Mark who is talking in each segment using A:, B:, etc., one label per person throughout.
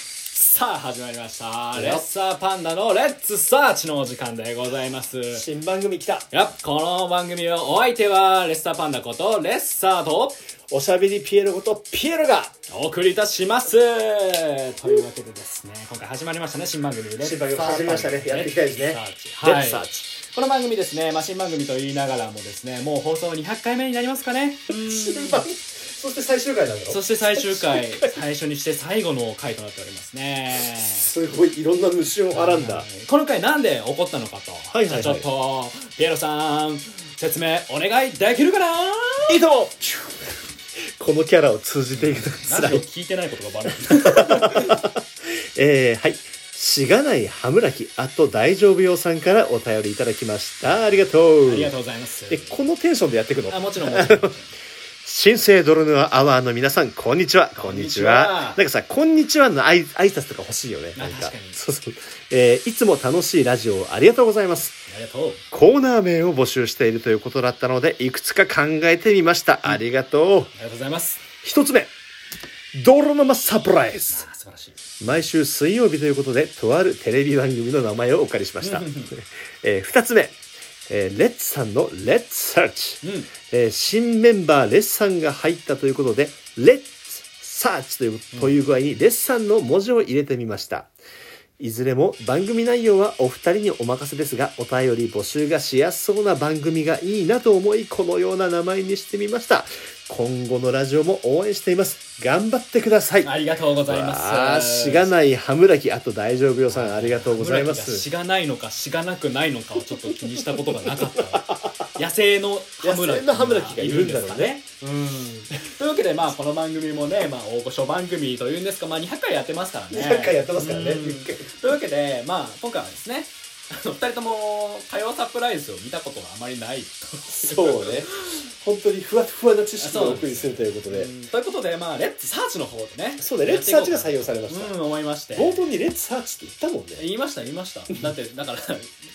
A: さあ始まりましたレッサーパンダのレッツサーチのお時間でございます
B: 新番組来た
A: やっこの番組のお相手はレッサーパンダことレッサーと
B: おしゃべりピエロことピエロが
A: お送りいたしますというわけでですね今回始まりましたね新番組で
B: 新番組始まりましたねやっていきたいですね
A: レ
B: レ
A: ッ
B: ッ
A: ツ
B: ツ
A: サ
B: サ
A: ー
B: ー
A: チこの番組ですね、まあ、新番組と言いながらもですねもう放送200回目になりますかね
B: 新番そして最終回なんだ
A: そ
B: ろ
A: して最終回最初にして最後の回となっておりますね
B: すごいいろんな虫をはらんだ
A: この回なんで怒ったのかと、
B: はいはいはい
A: じゃあちょっとピエロさん説明お願いできるかない
B: いともこのキャラを通じていくつ
A: な
B: ら
A: んで
B: い
A: 聞いてないことがバレる
B: えー、はいしがない羽村きあと大丈夫よさんからお便りいただきましたありがとう
A: ありがとうございます
B: えこのテンションでやっていくの
A: あもちろん もちろん
B: 新生ドロヌアアワーの皆さんこんにちはこんにちは
A: こんにちは
B: なんかさ「こんにちは」の挨挨拶とか欲しいよね
A: ま
B: な
A: あ
B: んか
A: 確かに
B: そうそう、えーいつも楽しいラジオをありがとうございます
A: ありがとう
B: コーナー名を募集しているということだったのでいくつか考えてみましたありがとう
A: ありがとうございます
B: 一つ目泥沼サプライズ
A: あ素晴らしい
B: 毎週水曜日ということでとあるテレビ番組の名前をお借りしました、 えー、2つ目、えーレッツさんの「レッツサーチ」
A: うん
B: えー新メンバーレッサンが入ったということで「レッツサーチ」というという具合にレッサンの文字を入れてみましたいずれも番組内容はお二人にお任せですがお便り募集がしやすそうな番組がいいなと思いこのような名前にしてみました今後のラジオも応援しています頑張ってください
A: ありがとうございます
B: わあしがない羽村木あと大丈夫よさんありがとうございま
A: 村木がし
B: す
A: がないのかしがなくないのかをちょっと気にしたことがなかった野生の羽村
B: 野生の羽村木がいるんだろうね
A: いるんですかねうんというわけでまあこの番組もね、まあ、大御所番組というんですか、まあ、200回やってますからね
B: 200回やってますからね
A: うんというわけでまあ今回はですねあの二人とも火曜サプライズを見たことがあまりない
B: そうね本当にふわふわな知識をお送りするということ
A: と
B: で
A: ということでまあレッツサーチの方でね
B: そうねレッツサーチが採用されました
A: うん思いまして
B: 冒頭にレッツサーチって言ったもんね
A: 言いました言いましただってだから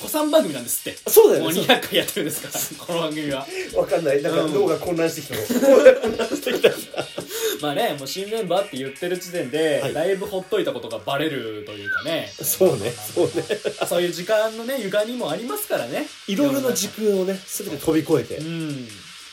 A: 子さん番組なんですって
B: そうだよ
A: もう
B: ねそう
A: 200回やってるんですからこの番組 は
B: わかんないなんか
A: うん
B: 脳が混乱してきたの混乱してきた
A: まあねもう新メンバーって言ってる時点で、
B: はい
A: だいぶほっといたことがバレるというかね
B: そうねそうね
A: そういう時間のね歪みもありますからね
B: いろいろな時空をね全て飛び越え
A: う
B: て
A: ん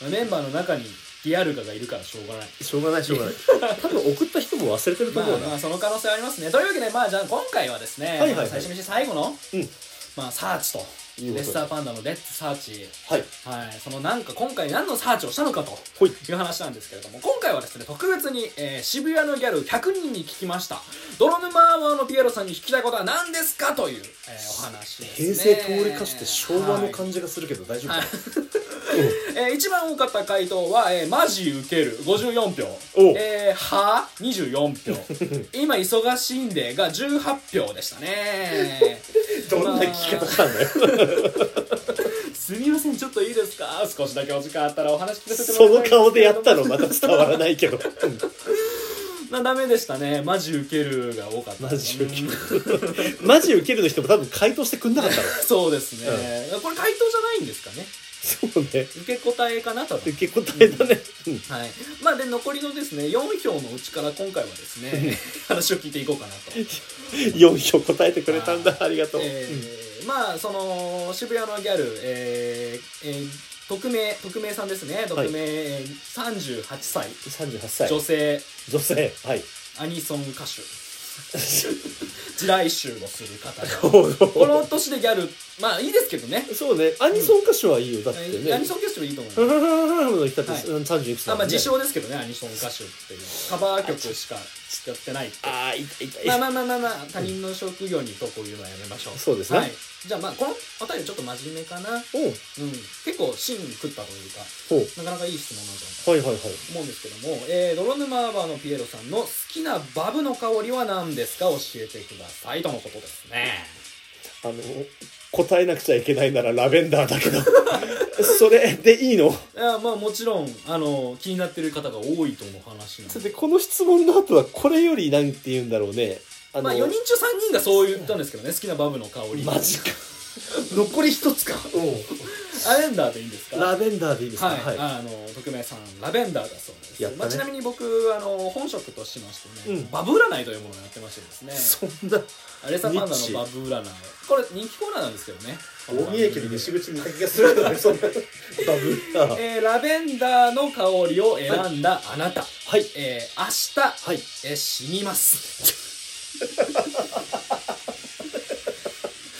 A: まあメンバーの中にリアルガがいるからしょうがない
B: しょうがないしょうがない多分送った人も忘れてると
A: まあ
B: 思う
A: ま
B: な
A: あその可能性はありますねというわけでまあじゃあ今回はですね、
B: いはいはい
A: まあ最初にして最後の、
B: うん
A: まあサーチと
B: いうことで
A: レッサーパンダのレッツサーチ
B: はい
A: はいそのなんか今回何のサーチをしたのかと
B: ほい
A: いう話なんですけれども今回はですね特別に、えー渋谷のギャル100人に聞きました泥沼アワーのピエロさんに聞きたいことは何ですかという、えーお話で
B: 平
A: すね
B: 成通り歌手って昭和の感じがするけど大丈夫か
A: は
B: ない
A: えー一番多かった回答は、えーマジウケる54票
B: おう、
A: えーは24票 今忙しいんでが18票でした ね
B: どんな聞き方したんだよ
A: すみませんちょっといいですか少しだけお時間あったらお話聞かせて
B: そ
A: もら
B: の
A: いたいんですけれども
B: 顔でやったのまた伝わらないけど
A: まあダメでしたねマジウケるが多かった
B: マジウケ
A: る
B: るマジウケるの人も多分回答してくんなかったろ
A: そうですね、これ回答じゃないんですかね
B: そうね
A: 受け答えかなと
B: 受け答えだね、うん
A: はいまあで残りのですね4票のうちから今回はですね話を聞いていこうかなと
B: 4票答えてくれたんだありがとう、
A: えーまあその渋谷のギャル、えーえー匿名匿名さんですね匿名、えー38歳
B: 38歳
A: 女性
B: 女性はい
A: アニソン歌手地雷集をする方 がこ
B: こ
A: の年でギャルまあいいですけどね
B: のそうねアニソン歌手はいいよだって
A: えー
B: ね
A: アニソン歌手でいいと思い
B: フ
A: ま
B: ラ
A: す
B: フラフラフラの人って
A: はい
B: 31歳
A: あまあ自
B: ね
A: 称ですけどねアニソン歌手っていうカバー曲しかやってないって
B: ああいたいたい
A: まあ
B: た
A: まあまあまあ、まあ、他人の職業にとこういうのはやめましょう
B: そうですね
A: はい、じゃあまあこのお便りちょっと真面目かな
B: おう
A: うん、結構芯食ったというか
B: ほう
A: なかなかいい質問なんじゃないか
B: はいはいはい
A: と思うんですけども、えー、泥沼アワーのピエロさんの好きなバブの香りは何ですか教えてくださいとのことですね
B: あの答えなくちゃいけないならラベンダーだけどそれでいいの
A: いやまあもちろんあの気になってる方が多いとの話なん
B: だっ
A: で
B: てこの質問の後はこれよりなんて言うんだろうねあの、
A: まあ4人中3人がそう言ったんですけどね好きなバブの香り
B: マジか
A: 残り一つ かラベンダーでいいんですか
B: ラベンダーでいいですか
A: はい、
B: はい。
A: あの匿名さんラベンダーだそうです、
B: やったね
A: まあ、ちなみに僕あの本職としましてね、
B: うん
A: バブ占いというものをやってましてですね
B: そんな、
A: アレサパンダの
B: ニッチ
A: バブ占いこれ人気コーナーなんですけどね
B: 大見駅の西
A: 口、
B: 口にいた気がするけどね、そんな。バブラー。
A: えーラベンダーの香りを選んだあなた、
B: はい。
A: えー明日
B: はい。
A: え死にます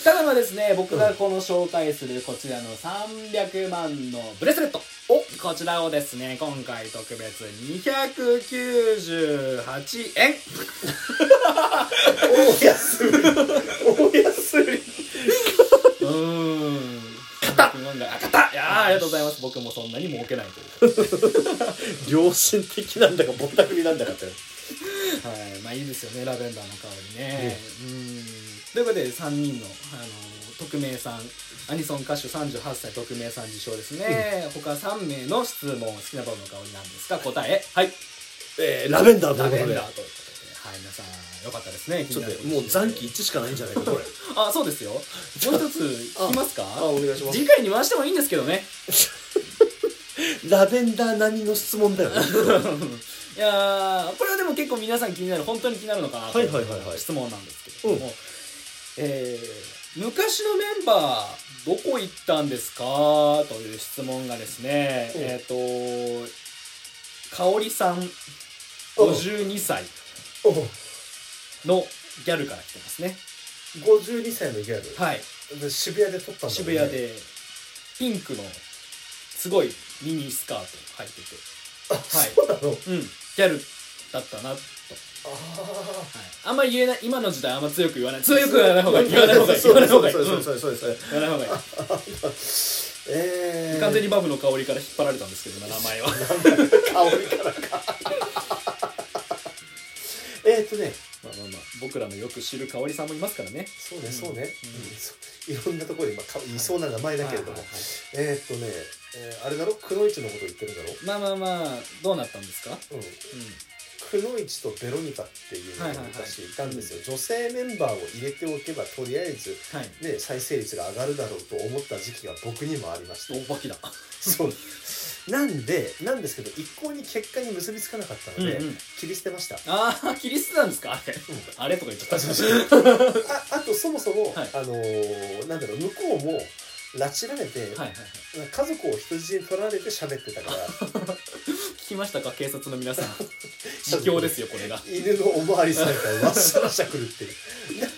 A: ただまあですね僕がこの紹介するこちらの300万のブレスレットをこちらをですね今回特別298円
B: 大安売り。大安売り。
A: うーん勝ったあ勝ったいやーありがとうございます僕もそんなに儲けないという
B: 良心的なんだか、ぼったくりなんだかって。
A: はい、まあいいですよねラベンダーの香りね
B: え。
A: うんということで3人の、あの匿名さんアニソン歌手38歳匿名さん受賞ですね、他3名の質問好きなバブの香りなんですが答えはい
B: えー、ラベンダーと
A: ラ
B: いうこ
A: ベ
B: と
A: ン
B: で
A: ダ。ーということではい皆さんよかったですね
B: ちょっとね
A: 気にな
B: も
A: る
B: う残機一致しかないんじゃないか、これ。
A: あそうですよもう一つ聞きますか
B: ああお願いします
A: 次回に回してもいいんですけどね
B: ラベンダー並みの質問だよね。
A: いやーこれはでも結構皆さん気になる本当に気になるのかなと
B: はいはいはいはい
A: 質問なんですけれども、
B: う
A: えー昔のメンバーどこ行ったんですかという質問がですね、
B: うん
A: えっ、とかおりさん52歳
B: おう
A: のギャルから来てますね
B: 52歳のギャ
A: はい
B: ルで渋谷で撮ったんだもんね
A: 渋谷でピンクのすごいミニスカート履いて
B: あ、そうなの
A: てうんギャルだったなと
B: ああ
A: あんまり言えない今の時代あんま強く言わない強く言わない方がいい言わない方がいい
B: そ
A: 言わな
B: うで
A: い
B: す
A: 方がいい
B: そううんです
A: 言
B: そうですそうですそうです
A: わない方がい
B: え
A: い
B: ー
A: 完全にバブの香りから引っ張られたんですけど今名前は
B: 香りからかえーっとね
A: まあまあまあ僕らのよく知る香りさんもいますからね
B: そうねそうね、うん
A: ん
B: そういろんなところで今か言いそうな名前だけれども、
A: はいはいはい
B: えーっとね、えーあれだろくのいちのこと言ってるだろ
A: まあまあまあどうなったんですか
B: うん
A: う
B: くのいちとベロニカっていうのが昔いたんですよ、女性メンバーを入れておけばとりあえず
A: んはい
B: ね、再生率が上がるだろうと思った時期が僕にもありました
A: お化けだ
B: そうなんでなんですけど一向に結果に結びつかなかったので、
A: うんうん
B: 切り捨てました
A: ああ切り捨てたんですかあれあれとか言っちゃった
B: ああとそもそも、
A: はい
B: あのーなんだろう向こうも拉致られて、
A: はいはいはい
B: 家族を人質に取られて喋ってた から
A: 聞きましたか警察の皆 さん卑怯ですよこれが
B: 犬のおまわりさんからわっしゃわっしゃ来るっていうだだ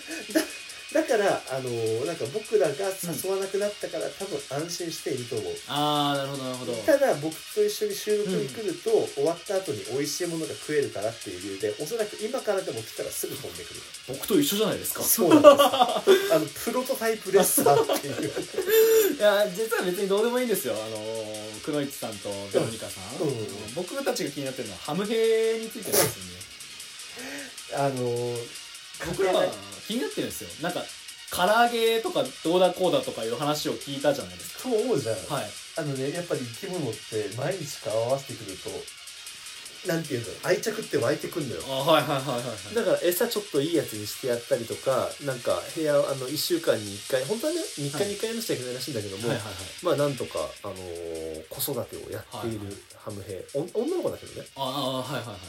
B: だから、あのーなんか僕らが誘わなくなったから、多分安心していると思う
A: ああなるほどなるほど
B: ただ僕と一緒に収録に来ると、終わった後に美味しいものが食えるからっていう理由でおそらく今からでも来たらすぐ飛んでくる
A: 僕と一緒じゃないですか
B: そうなんですあのプロトタイプレッサーっていう、
A: いや実は別にどうでもいいんですよあのーくのいちさんとベロニカさん、
B: うん
A: 僕たちが気になってるのはハムヘについてなんです
B: あのー
A: よね僕らは気になってるんですよなんか唐揚げとかどうだこうだとかいう話を聞いたじゃないです
B: と思うじゃん、
A: かはい
B: あのねやっぱり生き物って毎日顔合わせてくるとなんていうんだろう愛着って湧いてくるのよ
A: あはいはいはいはいはい
B: だから餌ちょっといいやつにしてやったりとかなんか部屋あの1週間に1回本当はね3日に1回やらなくちゃいけないらしいんだけども、
A: はいはいはい
B: まあなんとか、あのー子育てをやってい
A: は
B: る
A: い
B: ハムヘイ、お女の子だけどね、
A: ああはいはいは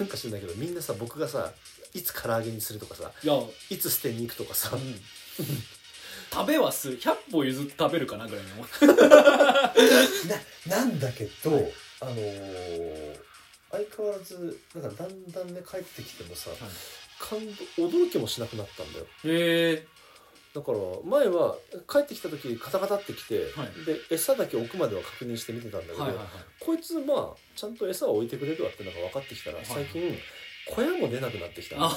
B: なんか知らないけどみんなさ僕がさいつ唐揚げにするとかさ
A: いいや、
B: いつ捨てに行くとかさ、
A: うん食べはする100歩譲って食べるかなぐらいの思って
B: ななんだけど、
A: はい
B: あのー相変わらずなんかだんだんね帰ってきてもさ、感動驚きもしなくなったんだよ
A: へえ
B: だから前は帰ってきた時カタカタってき
A: は
B: て、
A: い
B: で餌だけ奥までは確認して見てたんだけど、
A: はいはいはい
B: こいつまあちゃんと餌を置いてくれるわってのが分かってきたら
A: はい
B: 最近小屋も出なくなってきた
A: あ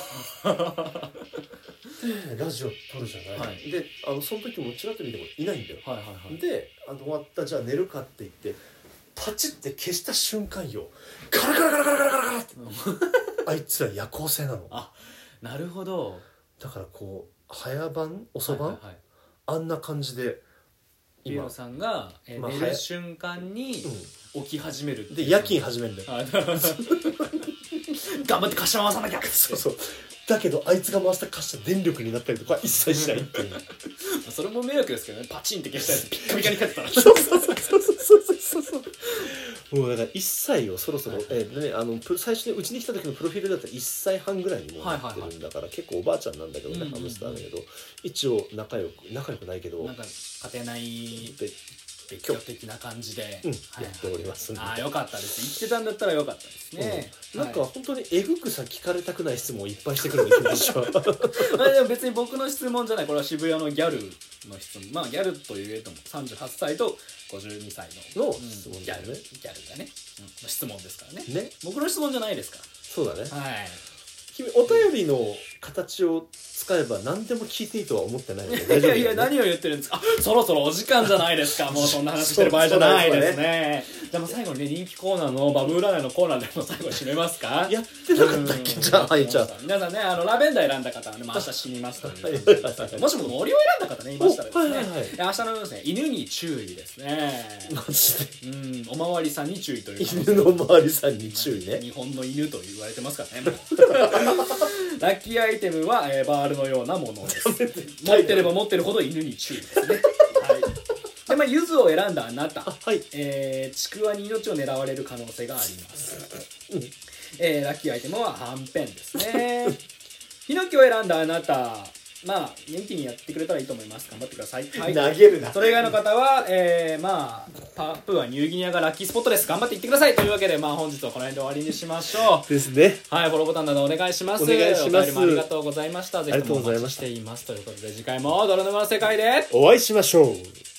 B: ラジオ撮るじゃ
A: ない
B: であのその時もちらっと見てもいないんだよ、
A: はいはいはい
B: であの終わったじゃあ寝るかって言ってパチって消した瞬間よガラガラガラガラガラガラガラ ってあいつら夜行性なの
A: あなるほど
B: だからこう早番遅番、
A: はいはいはい
B: あんな感じで
A: ピエロ
B: 今、
A: さんが、えー
B: 今
A: 寝
B: は
A: る
B: や
A: 瞬間に
B: う
A: 起き始めるって
B: ん、
A: いう
B: で夜勤始めるんだよ
A: あ頑張って貸し回さなきゃ
B: そうそうだけどあいつが回した貸した電力になったりとかは一切しないっていう
A: うそれも迷惑ですけどねパチンって消したやつピッカピカに返ってたら
B: そうそうそうそうそうそうそうもうだから1歳をそろそろ、
A: はい
B: えーね、あのプ最初にうちに来た時のプロフィールだったら1歳半ぐらいにもうなってるんだから、結構おばあちゃんなんだけどね、
A: うんうんうん
B: ハムスターだけど一応仲良く仲良くないけど
A: なんか勝てない
B: で
A: 別居的な感じで、
B: うん
A: はい
B: やっておりますんで
A: ああよかったです生きてたんだったらよかったですね、
B: うんなんか
A: はい
B: 本当にえぐくさ聞かれたくない質問をいっぱいしてくるんで私は
A: まあでも別に僕の質問じゃないこれは渋谷のギャルの質問まあギャルと言えとも38歳と52歳の
B: の
A: うん
B: 質問
A: ギ
B: だ
A: ャ
B: よ
A: ル
B: ね
A: ギャルがね、うんの質問ですからね
B: ね
A: 僕の質問じゃないですか
B: そうだね
A: らはい
B: 君お便りの形を使えば何でも聞いていいとは思ってないので大
A: い
B: 丈
A: や
B: 夫だよね
A: いや何を言ってるんですかあそろそろお時間じゃないですかもうそんな話してる場合じゃないですねじゃあもう最後にね人気コーナーのバブ占いのコーナーでも最後に締めますか
B: やってなかったっけじゃあはいじゃあ
A: 皆さんねあのラベンダー選んだ方はね、まあ、明日死にますということでもしも森を選んだ方ねいましたらですね、
B: おはいはいはい
A: 明日のですね犬に注意ですね
B: マジで
A: うんおまわりさんに注意という可能性
B: 犬の周りさんに注意ね
A: 日本の犬と言われてますからねも うラッキーアイテムは、えーバールのようなものです持ってれば持ってるほど犬に注意ですねはいでまあゆずを選んだあなた
B: あはい
A: えーちくわに命を狙われる可能性があります、えーラッキーアイテムははんぺんですね ヒノキを選んだあなたまあ元気にやってくれたらいいと思います頑張ってください、はい、
B: 投げるな
A: それ以外の方は、えーまあパプアニューギニアがラッキースポットです頑張っていってくださいというわけで、まあ、本日はこの辺で終わりにしましょう
B: ですね
A: はい、フォローボタンなどお願いします。
B: お願いし
A: お
B: ます
A: 便りもありがとうございました。ぜひともお
B: ありがとうござ
A: 待
B: いま
A: ちし
B: し
A: たています。ということで、次回も泥沼の世界で
B: お会いしましょう